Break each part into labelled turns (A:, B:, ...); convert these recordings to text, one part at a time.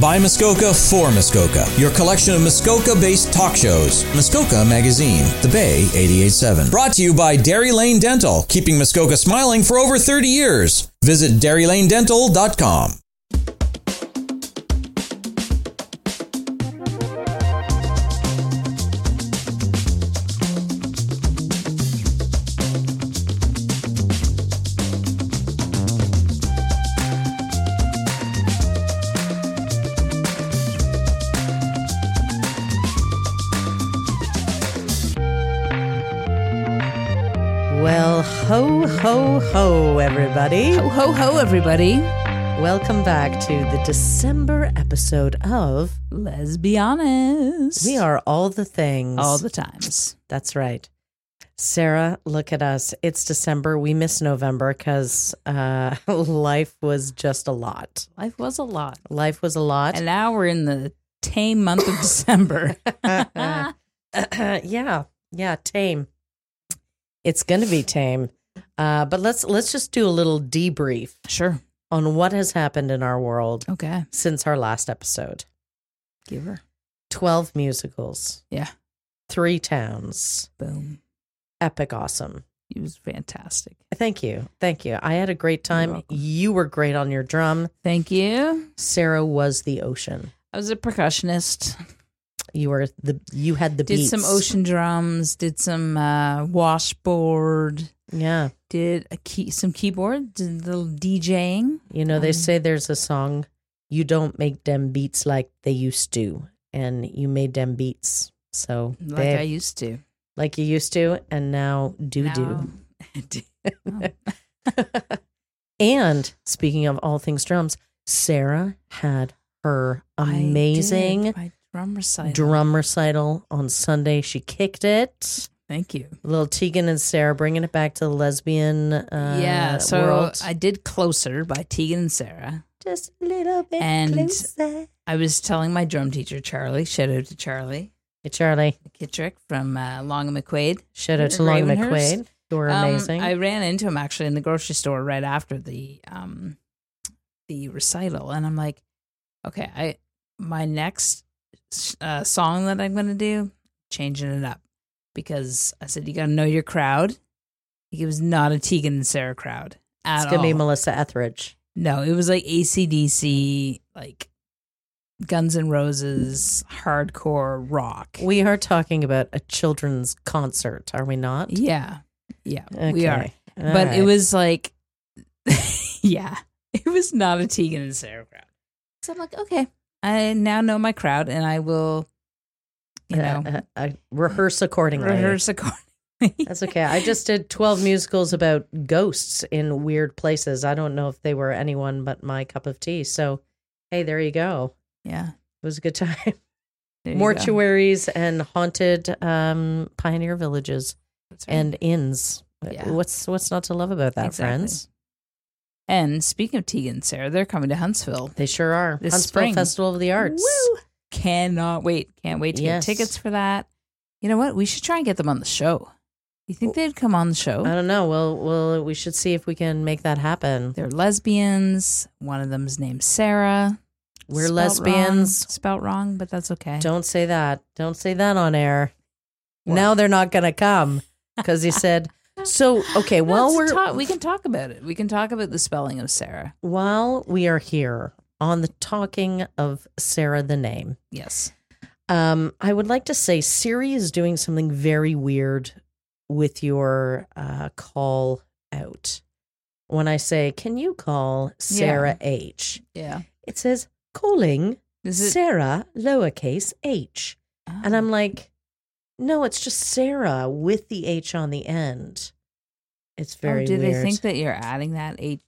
A: By Muskoka for Muskoka, your collection of Muskoka based talk shows. Muskoka Magazine, The Bay 887. Brought to you by Dairy Lane Dental, keeping Muskoka smiling for over 30 years. Visit DairyLaneDental.com.
B: Well, ho, ho, ho, everybody.
C: Ho, ho, ho, everybody.
B: Welcome back to the December episode of
C: Let's be honest.
B: We Are All the Things.
C: all the times.
B: That's right. Sarah, look at us. It's December. We miss November because uh, life was just a lot.
C: Life was a lot.
B: Life was a lot.
C: And now we're in the tame month of December.
B: yeah, yeah, tame. It's going to be tame. Uh, but let's let's just do a little debrief
C: sure.
B: on what has happened in our world
C: Okay.
B: since our last episode.
C: Give her.
B: 12 musicals,
C: Yeah.
B: three towns,
C: Boom.
B: epic awesome.
C: He was fantastic.
B: Thank you. Thank you. I had a great time.
C: welcome.
B: You were great on your drum.
C: Thank you.
B: Sarah was the ocean.
C: I was a percussionist.
B: You were the you had the
C: Did
B: beats.
C: some ocean drums, did some uh, washboard,
B: Yeah.
C: did a key, some keyboard, did a little DJing.
B: You know, they
C: Um,
B: say there's a song, you don't make them beats like they used to. And you made them beats. So
C: Like
B: babe,
C: I used to.
B: like you used to, and now do do.
C: do.
B: And speaking of all things drums, Sarah had her
C: I
B: amazing
C: did my drum recital.
B: drum recital on Sunday. She kicked it.
C: Thank you.
B: Little Tegan and Sarah bringing it back to the lesbian uh,
C: yeah, so
B: world.
C: I did Closer by Tegan and Sarah.
B: Just a little bit
C: And-
B: closer.
C: I was telling my drum teacher, Charlie, shout out to Charlie
B: Hey, Charlie.
C: Kittrick from uh, Long and McQuaid.
B: Shout out to Long
C: Ravenhurst.
B: McQuaid. You were
C: Um,
B: amazing.
C: I ran into him actually in the grocery store right after the um, the recital, and I'm like, okay, I my next uh, song that I'm going to do, changing it up because I said you got to know your crowd. It was not a Tegan and Sarah crowd at
B: it's going to be
C: all.
B: Melissa Etheridge.
C: No, it was like ACDC, like Guns N' Roses, hardcore rock.
B: We are talking about a children's concert, are we not?
C: yeah. Yeah, we are.
B: Okay. All
C: But
B: right.
C: it was like, yeah, it was not a Tegan and Sarah crowd. So I'm like, okay, I now know my crowd and I will, you know,
B: Uh, uh, uh, rehearse accordingly.
C: rehearse accordingly.
B: That's okay. I just did 12 musicals about ghosts in weird places. I don't know if they were anyone but my cup of tea. So, hey, there you go.
C: yeah.
B: It was a good time.
C: there you go.
B: Mortuaries and haunted um, pioneer villages
C: That's right.
B: and inns.
C: Yeah.
B: What's what's not to love about that,
C: Exactly.
B: friends?
C: And speaking of Tegan and Sarah, they're coming to Huntsville.
B: They sure are.
C: This
B: Huntsville
C: spring.
B: Festival of the Arts.
C: Woo! Cannot wait. Can't wait to
B: Yes.
C: get tickets for that. You know what? We should try and get them on the show. You think they'd come on the
B: I
C: show?
B: don't know. Well, well, we should see if we can make that happen.
C: They're lesbians. One of them's named Sarah.
B: We're
C: Spelt
B: lesbians.
C: Wrong. Spelt wrong, but that's okay.
B: Don't say that. Don't say that on air.
C: What?
B: Now they're not going to come because he said. So okay,
C: No,
B: while
C: it's
B: we're
C: ta- we can talk about it. We can talk about the spelling of Sarah.
B: while we are here on the talking of Sarah the name,
C: Yes.
B: um, I would like to say Siri is doing something very weird with your uh, call out. When I say, "Can you call Sarah H?"
C: Yeah.
B: It says calling
C: Is oh. it?
B: Sarah lowercase H. And
C: Mm.
B: I'm like, no, it's just Sarah with the H on the end. It's very
C: oh, do
B: weird.
C: they think that you're adding that H?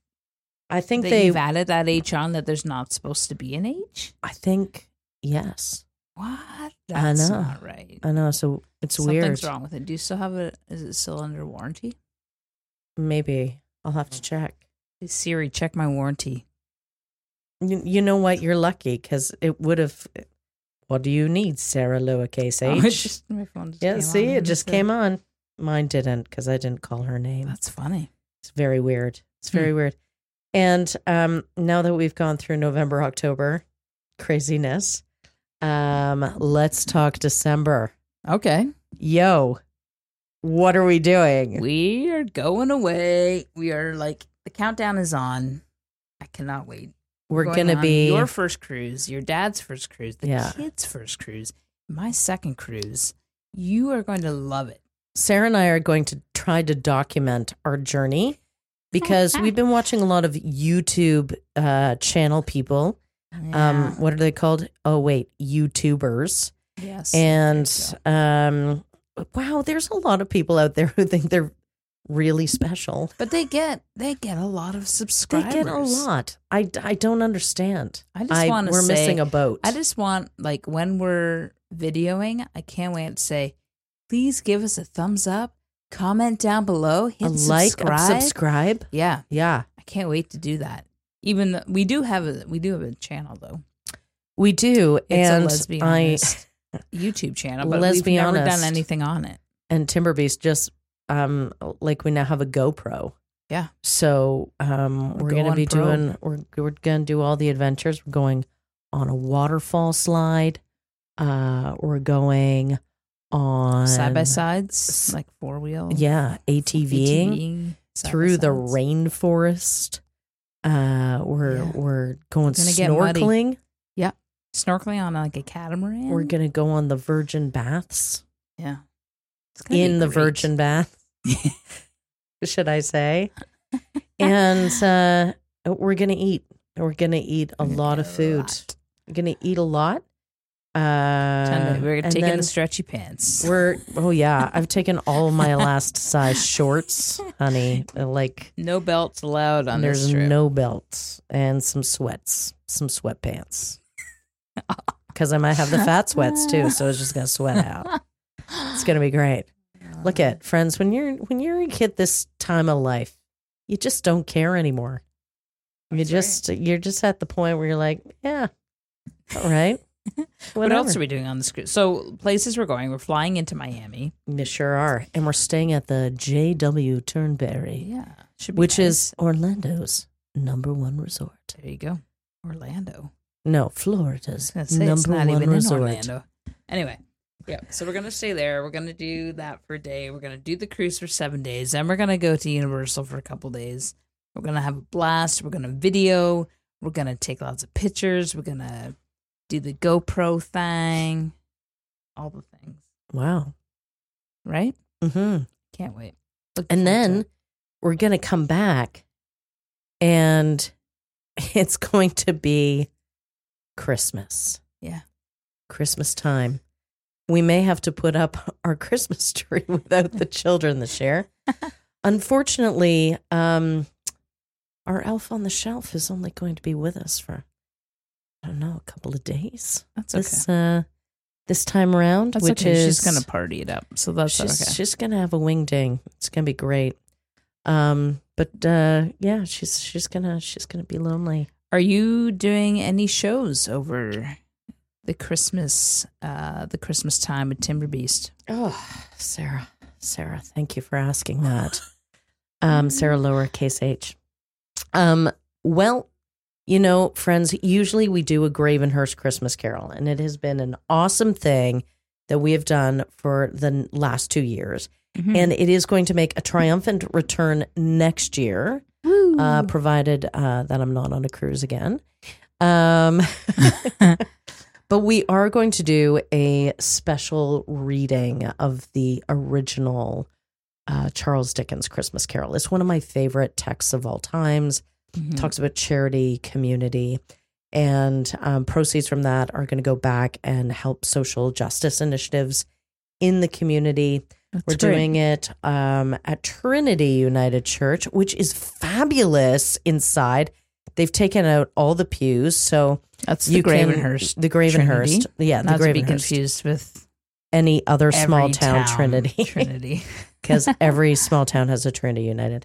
B: I think
C: that
B: they.
C: you've added that H on that there's not supposed to be an H?
B: I think yes.
C: What? That's
B: know.
C: not right.
B: I know. So it's
C: Something's
B: weird.
C: wrong with it. Do you still have it? Is it still under warranty?
B: Maybe I'll have
C: Mm.
B: to check.
C: Hey, Siri, check my warranty.
B: You, you know what? You're lucky because it would have. What do you need, Sarah lowercase
C: Oh,
B: H?
C: it just- my phone just
B: yeah.
C: came
B: See,
C: on.
B: it just came on. Mine didn't because I didn't call her name.
C: That's funny.
B: It's very
C: Hmm.
B: weird. It's very weird. And um, now that we've gone through November, October, craziness. Um, let's talk December.
C: Okay.
B: Yo, what are we doing?
C: We are going away. We are like the countdown is on. I cannot wait.
B: We're
C: going
B: gonna
C: on
B: be
C: your first cruise, your dad's first cruise, the
B: Yeah.
C: kids' first cruise, my second cruise. You are going to love it.
B: Sarah and I are going to try to document our journey because we've been watching a lot of YouTube uh, channel people. Um, what are they called? Oh wait, YouTubers.
C: yes.
B: And um, wow, there's a lot of people out there who think they're really special.
C: but they get they get a lot of
B: They
C: subscribers.
B: get a lot. I, I don't understand.
C: I just
B: I,
C: want to
B: we're
C: say
B: missing a boat.
C: I just want like when we're videoing, I can't wait to say, please give us a thumbs up, comment down below, hit
B: a like, a
C: subscribe.
B: subscribe.
C: yeah,
B: Yeah,
C: I can't wait to do that. Even though we do have a we do have a channel though.
B: we do.
C: It's
B: and
C: a lesbian
B: I
C: YouTube channel, but
B: Let's
C: we've
B: be
C: never done
B: honest.
C: anything on it.
B: and Timberbeast just um like we now have a GoPro.
C: Yeah.
B: So um
C: We're
B: we're, gonna
C: going
B: be
C: pro.
B: doing we're we're gonna do all the adventures. We're going on a waterfall slide. Uh we're going on
C: Side by sides, like four wheel.
B: Um, Yeah, ATVing
C: ATVing, side
B: through
C: by
B: the
C: sides.
B: rainforest. Uh we're
C: Yeah.
B: we're going
C: Gonna get muddy.
B: snorkeling.
C: snorkeling on like a catamaran.
B: We're gonna go on the virgin baths.
C: yeah, It's gonna be
B: In the
C: great.
B: virgin bath, should I say? and uh, we're gonna eat. We're gonna eat a
C: We're gonna
B: lot
C: eat
B: of
C: a
B: food.
C: lot.
B: We're gonna eat a lot.
C: Tell
B: Uh,
C: me, we're
B: and
C: taking
B: then
C: the stretchy pants.
B: We're oh yeah, I've taken all of my last size shorts, honey. Uh, Like
C: No belts allowed on
B: there's
C: this trip.
B: no belts and some sweats, some sweatpants. Because I might have the fat sweats too, so it's just gonna sweat out. It's gonna be great. Look at friends when you're when you're a kid this time of life, you just don't care anymore. You
C: That's
B: just you're just at the point where you're like, yeah, all right.
C: What else are we doing on the cruise? So places we're going, we're flying into Miami.
B: we sure are, and we're staying at the J.W. Turnberry,
C: Yeah, should be
B: which
C: nice.
B: is Orlando's number one resort.
C: there you go, Orlando.
B: No,
C: I was
B: Florida's
C: gonna say
B: number
C: it's not
B: one
C: even
B: resort.
C: in Orlando. Anyway, yeah. So we're gonna stay there. We're gonna do that for a day. We're gonna do the cruise for seven days. Then we're gonna go to Universal for a couple days. We're gonna have a blast. We're gonna video. We're gonna take lots of pictures. We're gonna do the GoPro thing. All the things,
B: Wow.
C: right?
B: hmm
C: Mm-hmm. Can't wait. Look
B: And
C: forward to
B: then
C: it.
B: we're going to come back and it's going to be Christmas.
C: Yeah.
B: Christmas time. We may have to put up our Christmas tree without the children this year. Unfortunately, um, our elf on the shelf is only going to be with us for, I don't know, a couple of days.
C: that's okay.
B: This, uh, this time around,
C: That's
B: which
C: okay.
B: is
C: she's gonna party it up. So that's
B: she's,
C: okay.
B: she's gonna have a wing ding. It's gonna be great. Um, but uh, yeah, she's she's gonna she's gonna be lonely.
C: Are you doing any shows over the Christmas uh the Christmas time with Timber Beast?
B: Oh, Sarah, Sarah, thank you for asking that. Um, Sarah lowercase h. Um, well, you know, friends, usually we do a Gravenhurst Christmas Carol, and it has been an awesome thing that we have done for the n- last two years, and it is going to make a triumphant return next year. uh, provided uh, that I'm not on a cruise again. Um, but we are going to do a special reading of the original uh, Charles Dickens Christmas Carol. It's one of my favorite texts of all times.
C: Mm.
B: Talks about charity, community, and um, proceeds from that are going to go back and help social justice initiatives in the community. We're doing it um, at Trinity United Church, which is fabulous inside. They've taken out all the pews, so
C: that's
B: you
C: the Gravenhurst.
B: can, the Gravenhurst,
C: Trinity?
B: yeah, the
C: Not to be
B: Gravenhurst,
C: confused with
B: any other
C: every
B: small town, Trinity,
C: Trinity.
B: because every small town has a Trinity United.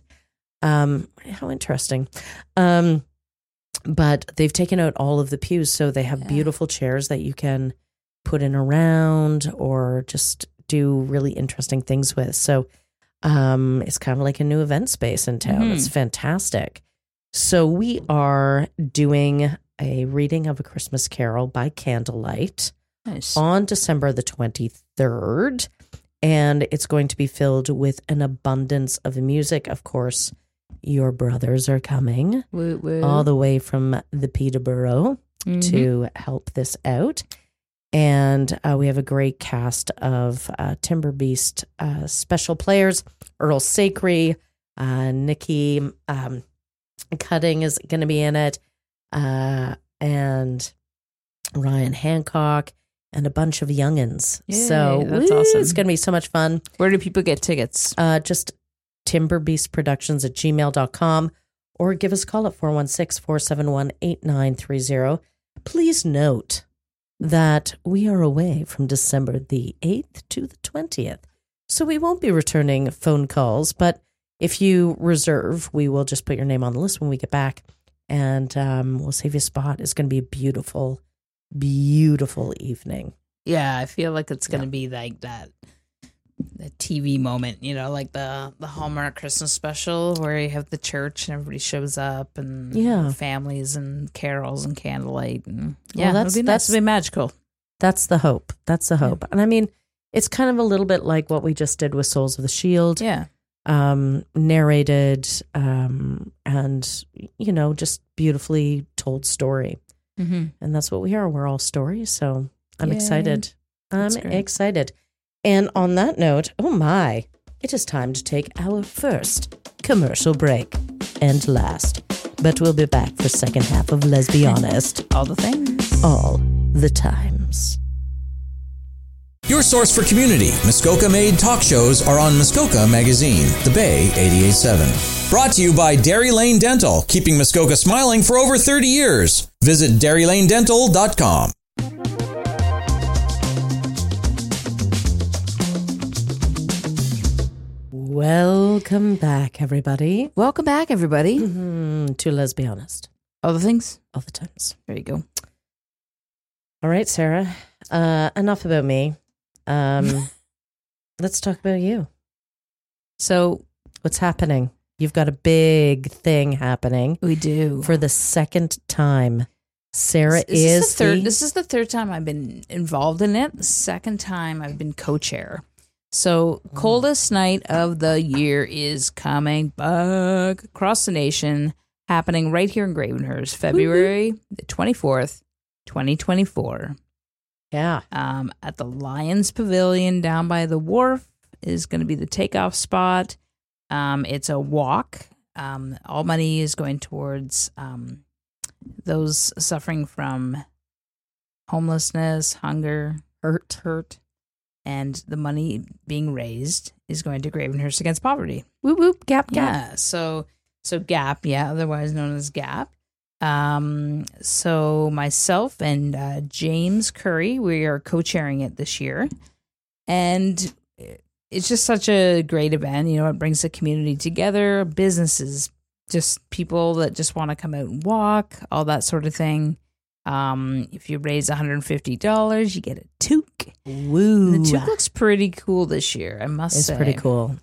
B: Um, how interesting. Um, but they've taken out all of the pews, so they have
C: Yeah.
B: beautiful chairs that you can put in around or just do really interesting things with. So um, it's kind of like a new event space in town. It's fantastic. So we are doing a reading of A Christmas Carol by candlelight
C: Nice.
B: on December the 23rd. And it's going to be filled with an abundance of music. Of course, your brothers are coming
C: Woo, woo.
B: all the way from the Peterborough
C: Mhm.
B: to help this out. And uh, we have a great cast of uh, Timber Beast uh, special players. Earl Sacre, uh, Nikki um, Cutting is going to be in it, uh, and Ryan Hancock, and a bunch of youngins.
C: Yay,
B: so
C: that's
B: woo,
C: awesome.
B: It's going to be so much fun.
C: Where do people get tickets?
B: Uh, just timberbeastproductions at gmail.com or give us a call at 416 471 8930. Please note that we are away from December the 8th to the 20th. So we won't be returning phone calls, but if you reserve, we will just put your name on the list when we get back and um, we'll save you a spot. It's going to be a beautiful, beautiful evening.
C: Yeah, I feel like it's gonna be like that, the TV moment, you know, like the the Hallmark Christmas special where you have the church and everybody shows up and
B: Yeah.
C: families and carols and candlelight and
B: Well,
C: yeah,
B: that's-
C: that's
B: that's-
C: that's be magical.
B: That's the hope. That's the hope. And I mean, it's kind of a little bit like what we just did with Souls of the Shield,
C: Yeah,
B: um, narrated um, and, you know, just beautifully told story.
C: mm-hmm.
B: And that's what we are. We're all stories. So I'm
C: Yay.
B: excited. I'm
C: That's great.
B: excited. And on that note, oh my, it is time to take our first commercial break and last. But we'll be back for second half of Let's Be Honest
C: all the things.
B: all the times.
A: Your source for community. Muskoka made talk shows are on Muskoka Magazine, The Bay 887. Brought to you by Dairy Lane Dental, keeping Muskoka smiling for over 30 years. Visit dairylanedental.com.
B: Welcome back, everybody,
C: Welcome back, everybody.
B: Mhm, to Let's Be Honest
C: All the things.
B: all the times.
C: There you go.
B: All right, Sarah, uh, enough about me. Um, let's talk about you.
C: So
B: What's happening? You've got a big thing happening
C: we do
B: for the second time. Sarah
C: This is, the third.
B: the-
C: This is the third time I've been involved in it. The second time I've been co-chair. So coldest night of the year is coming back across the nation, happening right here in Gravenhurst, February the twenty fourth, twenty twenty four.
B: yeah.
C: Um, at the Lions Pavilion down by the wharf is going to be the takeoff spot. Um, it's a walk. Um, all money is going towards um, those suffering from homelessness, hunger, hurt, hurt, and the money being raised is going to Gravenhurst Against Poverty.
B: Whoop whoop gap
C: Yeah. So so Gap, yeah, otherwise known as Gap. Um, so myself and uh, James Curry, we are co-chairing it this year, and it's just such a great event. You know, it brings the community together, businesses, just people that just want to come out and walk, all that sort of thing. Um, if you raise one hundred and fifty dollars, you get a toque.
B: Woo.
C: The toque looks pretty cool this year, I must
B: It's
C: say.
B: pretty cool.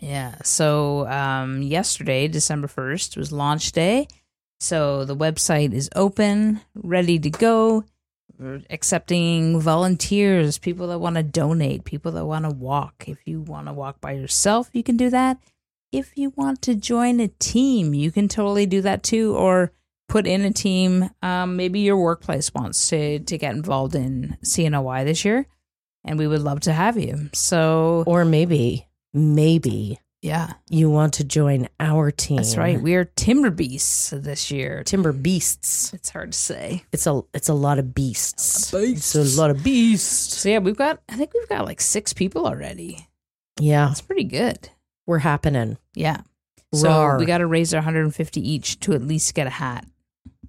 C: Yeah. So um, yesterday, December 1st, was launch day. So the website is open, ready to go. We're accepting volunteers, people that want to donate, people that want to walk. If you want to walk by yourself, you can do that. If you want to join a team, you can totally do that too, or put in a team. Um, maybe your workplace wants to to get involved in CNOY this year, and we would love to have you. So
B: Or maybe, maybe
C: yeah,
B: you want to join our team.
C: that's right. We are timber beasts this year.
B: Timber Beasts.
C: It's hard to say.
B: It's a it's a lot of beasts. It's a lot of beasts.
C: So yeah, we've got. I think we've got like six people already.
B: Yeah,
C: That's pretty good.
B: we're happening.
C: Yeah. So
B: Rar.
C: we got to raise our 150 each to at least get a hat.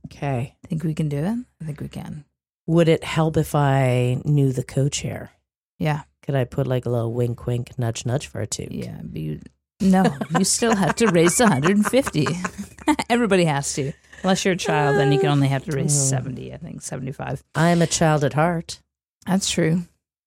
B: Okay.
C: Think we can do it? I think we can.
B: Would it help if I knew the co-chair?
C: Yeah.
B: Could I put like a little wink, wink, nudge, nudge for a two?
C: Yeah. But you, no, you still have to raise the 150. Everybody has to. Unless you're a child, then you can only have to raise
B: Mm.
C: 70. I think 75.
B: I'm a child at heart,
C: That's true.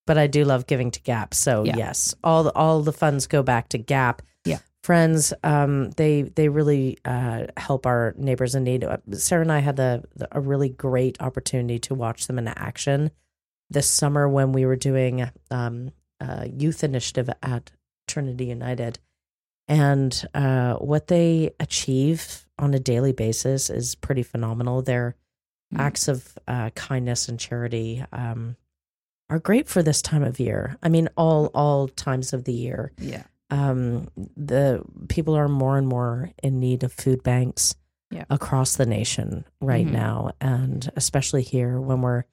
B: but I do love giving to Gap. So
C: Yeah.
B: yes, all the, all the funds go back to Gap.
C: Yeah.
B: friends. Um, they they really uh, help our neighbors in need. Uh, Sarah and I had the, the a really great opportunity to watch them in action this summer when we were doing um, a youth initiative at Trinity United, and uh, what they achieve on a daily basis is pretty phenomenal. Their
C: Mm.
B: acts of uh, kindness and charity. Um, are great for this time of year. I mean, all all times of the year
C: Yeah.
B: um, the people are more and more in need of food banks
C: Yeah.
B: across the nation right
C: Mhm.
B: now, and especially here when we're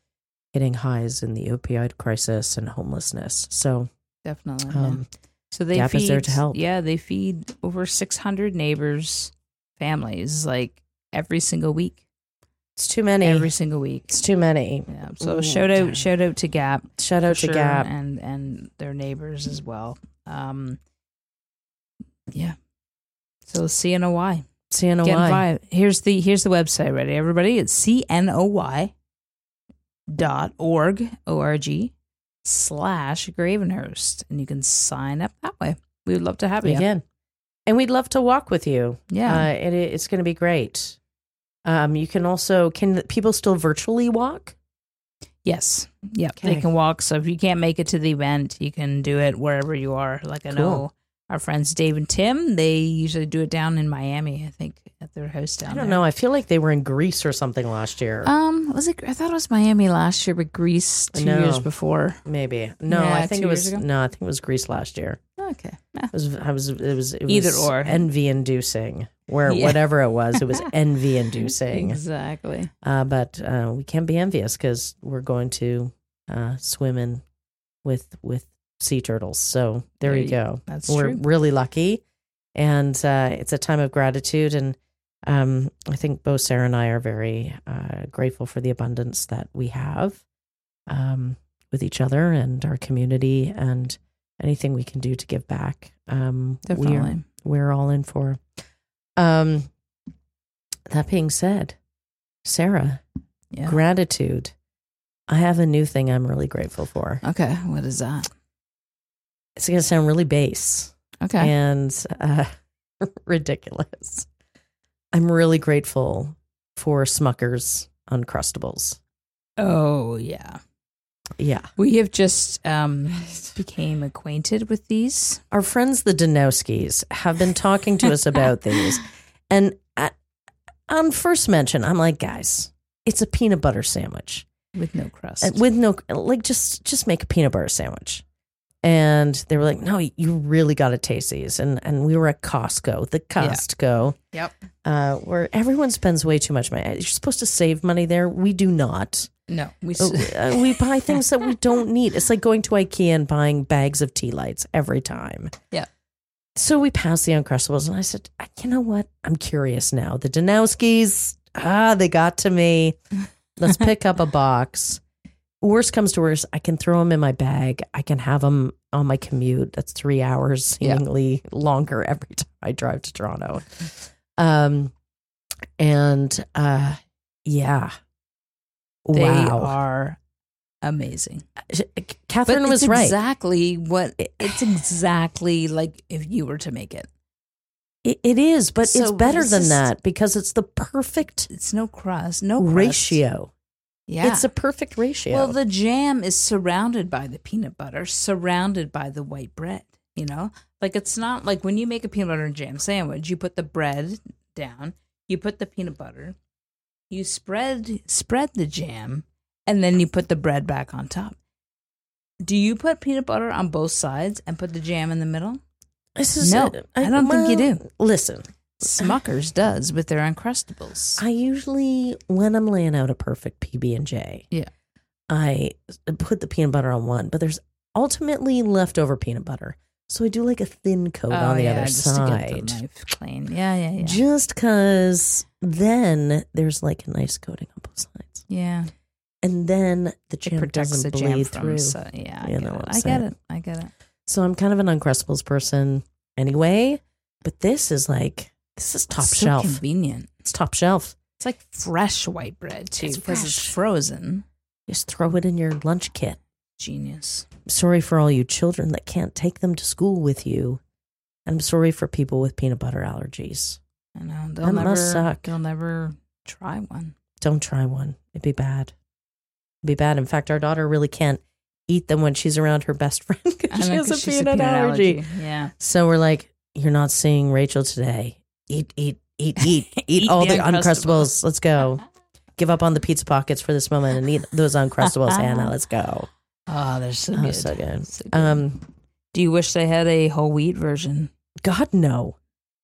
B: hitting highs in the opioid crisis and homelessness. So,
C: Definitely. Oh, yeah.
B: um,
C: So they
B: Gap
C: feed,
B: is there to help.
C: Yeah, they feed over 600 neighbors, families, like every single week.
B: it's too many.
C: Every single week.
B: it's too many.
C: Yeah. So
B: Ooh,
C: shout out,
B: yeah.
C: shout out to Gap,
B: Shout out
C: for
B: to
C: sure,
B: Gap.
C: and and their neighbors as well. Um, yeah. So CNOY,
B: CNOI.
C: get five. Here's the here's the website. Ready, everybody? It's CNOY dot org org slash Gravenhurst, and you can sign up that way. We would love to have you.
B: Again. And we'd love to walk with you.
C: Yeah.
B: Uh, it, it's going to be great. Um, you can also, can people still virtually walk?
C: Yes. Yeah.
B: Okay.
C: They can walk. So if you can't make it to the event, you can do it wherever you are. Like I know our friends Dave and Tim, they usually do it down in Miami, I think, at their house down
B: I don't
C: there.
B: know. I feel like they were in Greece or something last year.
C: Um, was it? I thought it was Miami last year, but Greece two
B: No.
C: years before.
B: Maybe no,
C: Yeah,
B: I think
C: two
B: it was
C: years ago?
B: no, I think it was Greece last year.
C: Okay.
B: It was, I was, it was it
C: Either
B: was
C: or.
B: envy inducing. Where
C: Yeah.
B: whatever it was, it was envy inducing.
C: Exactly.
B: Uh, but uh, we can't be envious because we're going to uh, swim in with with sea turtles. So there,
C: There
B: you
C: you-
B: go.
C: That's
B: we're
C: true.
B: really lucky, and uh, it's a time of gratitude. And um, I think both Sarah and I are very uh, grateful for the abundance that we have um, with each other and our community, and anything we can do to give back. Um, we are-
C: Definitely.
B: we're all in for. Um, that being said, Sarah,
C: Yeah.
B: gratitude. I have a new thing I'm really grateful for.
C: okay. What is that?
B: It's going to sound really base
C: Okay.
B: and uh, ridiculous. I'm really grateful for Smucker's Uncrustables.
C: Oh yeah.
B: Yeah.
C: We have just um became acquainted with these.
B: Our friends, the Danowskis, have been talking to us about these. And at, on first mention, I'm like, guys, it's a peanut butter sandwich.
C: with no crust.
B: Uh, with no like just just make a peanut butter sandwich and they were like no you really got to taste these and and we were at costco the
C: Yeah.
B: costco
C: Yep.
B: uh, where everyone spends way too much money you're supposed to save money there we do not
C: no. We. s-
B: Uh, we buy things that we don't need it's like going to ikea and buying bags of tea lights every time
C: Yeah.
B: so we passed the uncrustables and i said "Uh, you know what i'm curious now the danowskis ah they got to me let's pick up a box. Worst comes to worst, I can throw them in my bag. I can have them on my commute. That's three hours,
C: Yeah.
B: seemingly longer every time I drive to Toronto. Um, and uh, yeah,
C: They
B: wow,
C: are amazing.
B: Catherine
C: it's
B: was right.
C: Exactly what it's exactly like if you were to make it.
B: It- it is, but
C: So,
B: it's
C: but
B: better
C: it's
B: than
C: just-
B: that because it's the perfect
C: It's no crust, no crust.
B: ratio.
C: Yeah,
B: It's a perfect ratio.
C: well, the jam is surrounded by the peanut butter, surrounded by the white bread. You know, like it's not like when you make a peanut butter and jam sandwich, you put the bread down, you put the peanut butter, you spread spread the jam, and then you put the bread back on top. Do you put peanut butter on both sides and put the jam in the middle?
B: this is
C: no, I don't think you
B: well,
C: do.
B: Listen,
C: Smuckers does with their Uncrustables.
B: I usually, when I'm laying out a perfect PB and J,
C: Yeah.
B: I put the peanut butter on one, but there's ultimately leftover peanut butter, so I do like a thin coat on the other
C: Oh, just To
B: side,
C: get the knife clean. Yeah, yeah, yeah.
B: just because then there's like a nice coating on both sides,
C: yeah.
B: and then the
C: It
B: jam
C: protects the
B: doesn't
C: jam
B: bleed
C: from.
B: through. So.
C: So, yeah, I
B: You
C: get,
B: know
C: it.
B: what I'm
C: I get
B: saying.
C: it. I get it.
B: I'm kind of an uncrustables person anyway, but this is like this is top
C: It's so
B: shelf.
C: convenient.
B: It's top shelf.
C: It's like fresh white bread too
B: It's
C: because it's
B: fresh.
C: frozen.
B: Just throw it in your lunch kit.
C: Genius.
B: sorry for all you children that can't take them to school with you. I'm sorry for people with peanut butter allergies.
C: I know they'll
B: That
C: never.
B: must suck.
C: They'll never try one.
B: Don't try one. It'd be bad. It'd be bad. In fact, our daughter really can't eat them when she's around her best friend
C: I
B: because she
C: know,
B: has
C: 'cause
B: a
C: she's
B: peanut, allergy.
C: Yeah.
B: So we're like, you're not seeing Rachel today. Eat, eat, eat, eat, eat,
C: Eat
B: all the
C: the
B: uncrustables.
C: Uncrustables.
B: Let's go. Give up on the pizza pockets for this moment and eat those uncrustables, Anna. Let's go.
C: Oh, they're so
B: Oh,
C: good.
B: so good.
C: So good.
B: Um,
C: Do you wish they had a whole wheat version?
B: God no,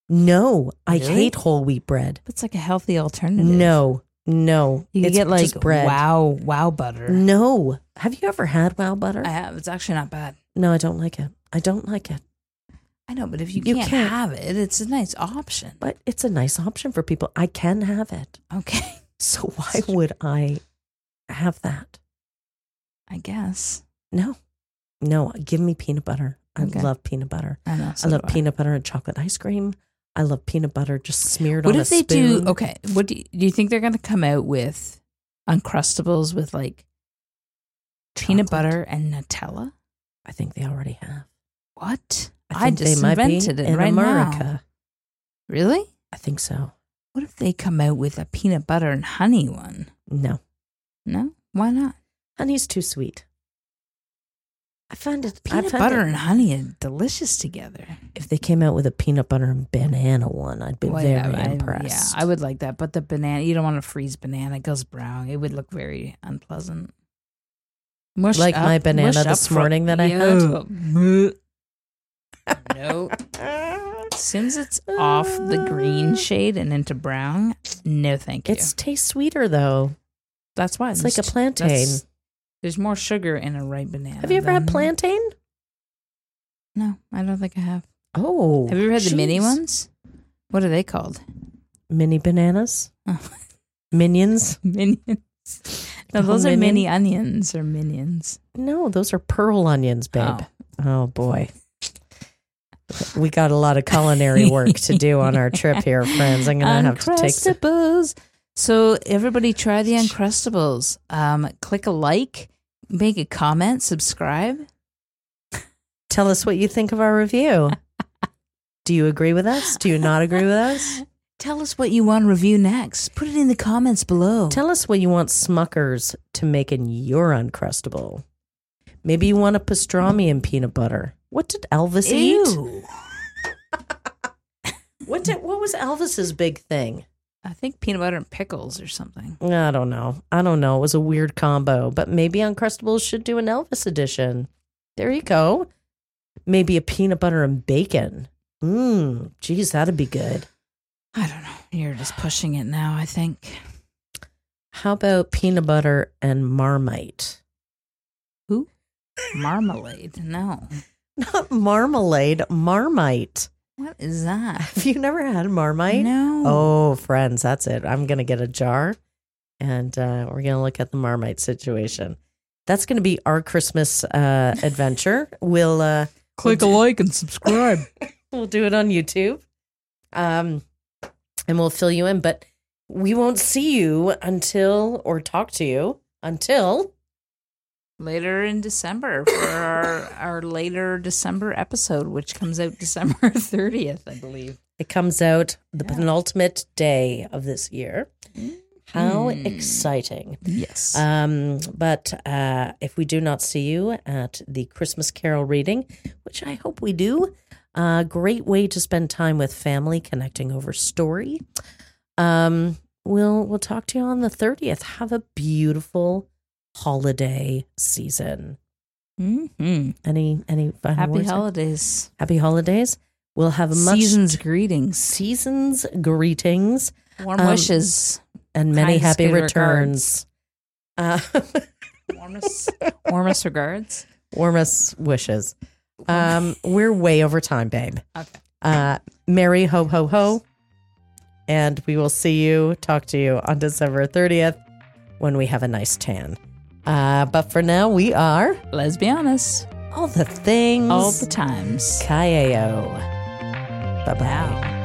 B: no. I
C: Really?
B: hate whole wheat bread.
C: It's like a healthy alternative.
B: No, no.
C: you could
B: it's
C: get like
B: just bread.
C: wow, wow butter.
B: No. Have you ever had wow butter?
C: I have. It's actually not bad.
B: no, I don't like it. I don't like it.
C: I know, but if you,
B: You
C: can't,
B: can't.
C: have it, it's a nice option.
B: But it's a nice option for people. I can have it.
C: Okay,
B: So why would I have that?
C: I guess.
B: No. No, give me peanut butter. I
C: Okay.
B: love peanut butter.
C: I know. so
B: I love
C: do
B: peanut butter and chocolate ice cream. I love peanut butter just smeared
C: What
B: on a
C: if they
B: spoon.
C: do? Okay, what do you, do you think they're going to come out with? Uncrustables with like peanut
B: Chocolate.
C: butter and Nutella.
B: I think they already have.
C: What?
B: I think they might be in America.
C: Really?
B: I think so.
C: What if they come out with a peanut butter and honey one?
B: No.
C: No, why not?
B: Honey's too sweet. I found it I
C: Peanut
B: found
C: butter
B: it-
C: and honey are delicious together.
B: if they came out with a peanut butter and banana one, I'd be
C: Well,
B: very
C: I-
B: impressed.
C: yeah, I would like that. But the banana, you don't want to freeze banana; it goes brown. It would look very unpleasant. Mushed
B: Like my
C: up-
B: banana
C: mushed
B: this
C: up fro-
B: morning that I had.
C: Ew. no. As soon as it's
B: Uh,
C: off the green shade and into brown, no, thank you.
B: it's tastes sweeter though.
C: that's why
B: It's like a
C: there's-
B: plantain.
C: that's- There's more sugar in a ripe banana.
B: Have you ever had
C: than-
B: plantain?
C: No, I don't think I have.
B: Oh,
C: Have you ever had the mini
B: jeez.
C: ones? What are they called?
B: Mini bananas,
C: Oh,
B: minions.
C: minions. No,
B: Called
C: those are mini
B: Oh, minion?
C: onions or minions.
B: No, those are pearl onions, babe. Oh, boy. We got a lot of culinary work to do on our trip here, friends. I'm gonna have to take some.
C: Uncrustables. So everybody try the Uncrustables. Um, click a like, make a comment, subscribe.
B: Tell us what you think of our review. Do you agree with us? Do you not agree with us?
C: Tell us what you want to review next. Put it in the comments below.
B: Tell us what you want Smuckers to make in your Uncrustable. Maybe you want a pastrami and peanut butter. What did Elvis eat?
C: Ew.
B: What did, what was Elvis's big thing?
C: I think peanut butter and pickles or something.
B: I don't know. I don't know. It was a weird combo, but maybe Uncrustables should do an Elvis edition. There you go. Maybe a peanut butter and bacon. Mmm. Geez, that'd be good.
C: I don't know. You're just pushing it now, I think.
B: How about peanut butter and marmite?
C: Who? Marmalade. No.
B: Not marmalade, marmite.
C: What is that?
B: Have you never had marmite?
C: No.
B: Oh, friends, that's it. I'm going to get a jar and uh, we're going to look at the Marmite situation. That's going to be our Christmas uh, adventure. we'll uh,
C: Click a like and subscribe.
B: we'll do it on YouTube. Um, and we'll fill you in, but we won't see you until or talk to you until
C: Later in December for our, our later December episode, which comes out December 30th, I believe.
B: it comes out the
C: Yeah.
B: penultimate day of this year. How
C: Mm.
B: exciting!
C: Yes.
B: Um, but uh, if we do not see you at the Christmas Carol reading, which I hope we do, uh, great way to spend time with family, connecting over story. Um, we'll we'll talk to you on the thirtieth. Have a beautiful holiday season.
C: hmm
B: Any any final
C: Happy
B: words?
C: holidays.
B: Happy holidays. We'll have a much
C: Seasons greetings.
B: seasons greetings.
C: Warm
B: Um,
C: wishes.
B: and many
C: Kindest
B: happy
C: good
B: returns. Uh,
C: Warmest, warmest regards.
B: warmest wishes. Um, we're way over time, babe.
C: Okay.
B: Uh, Merry ho ho ho, and we will see you, talk to you on December thirtieth when we have a nice tan. Uh, but for now, we are
C: Let's be honest.
B: all the things.
C: All the times.
B: Kyo. Bye bye.
C: Wow.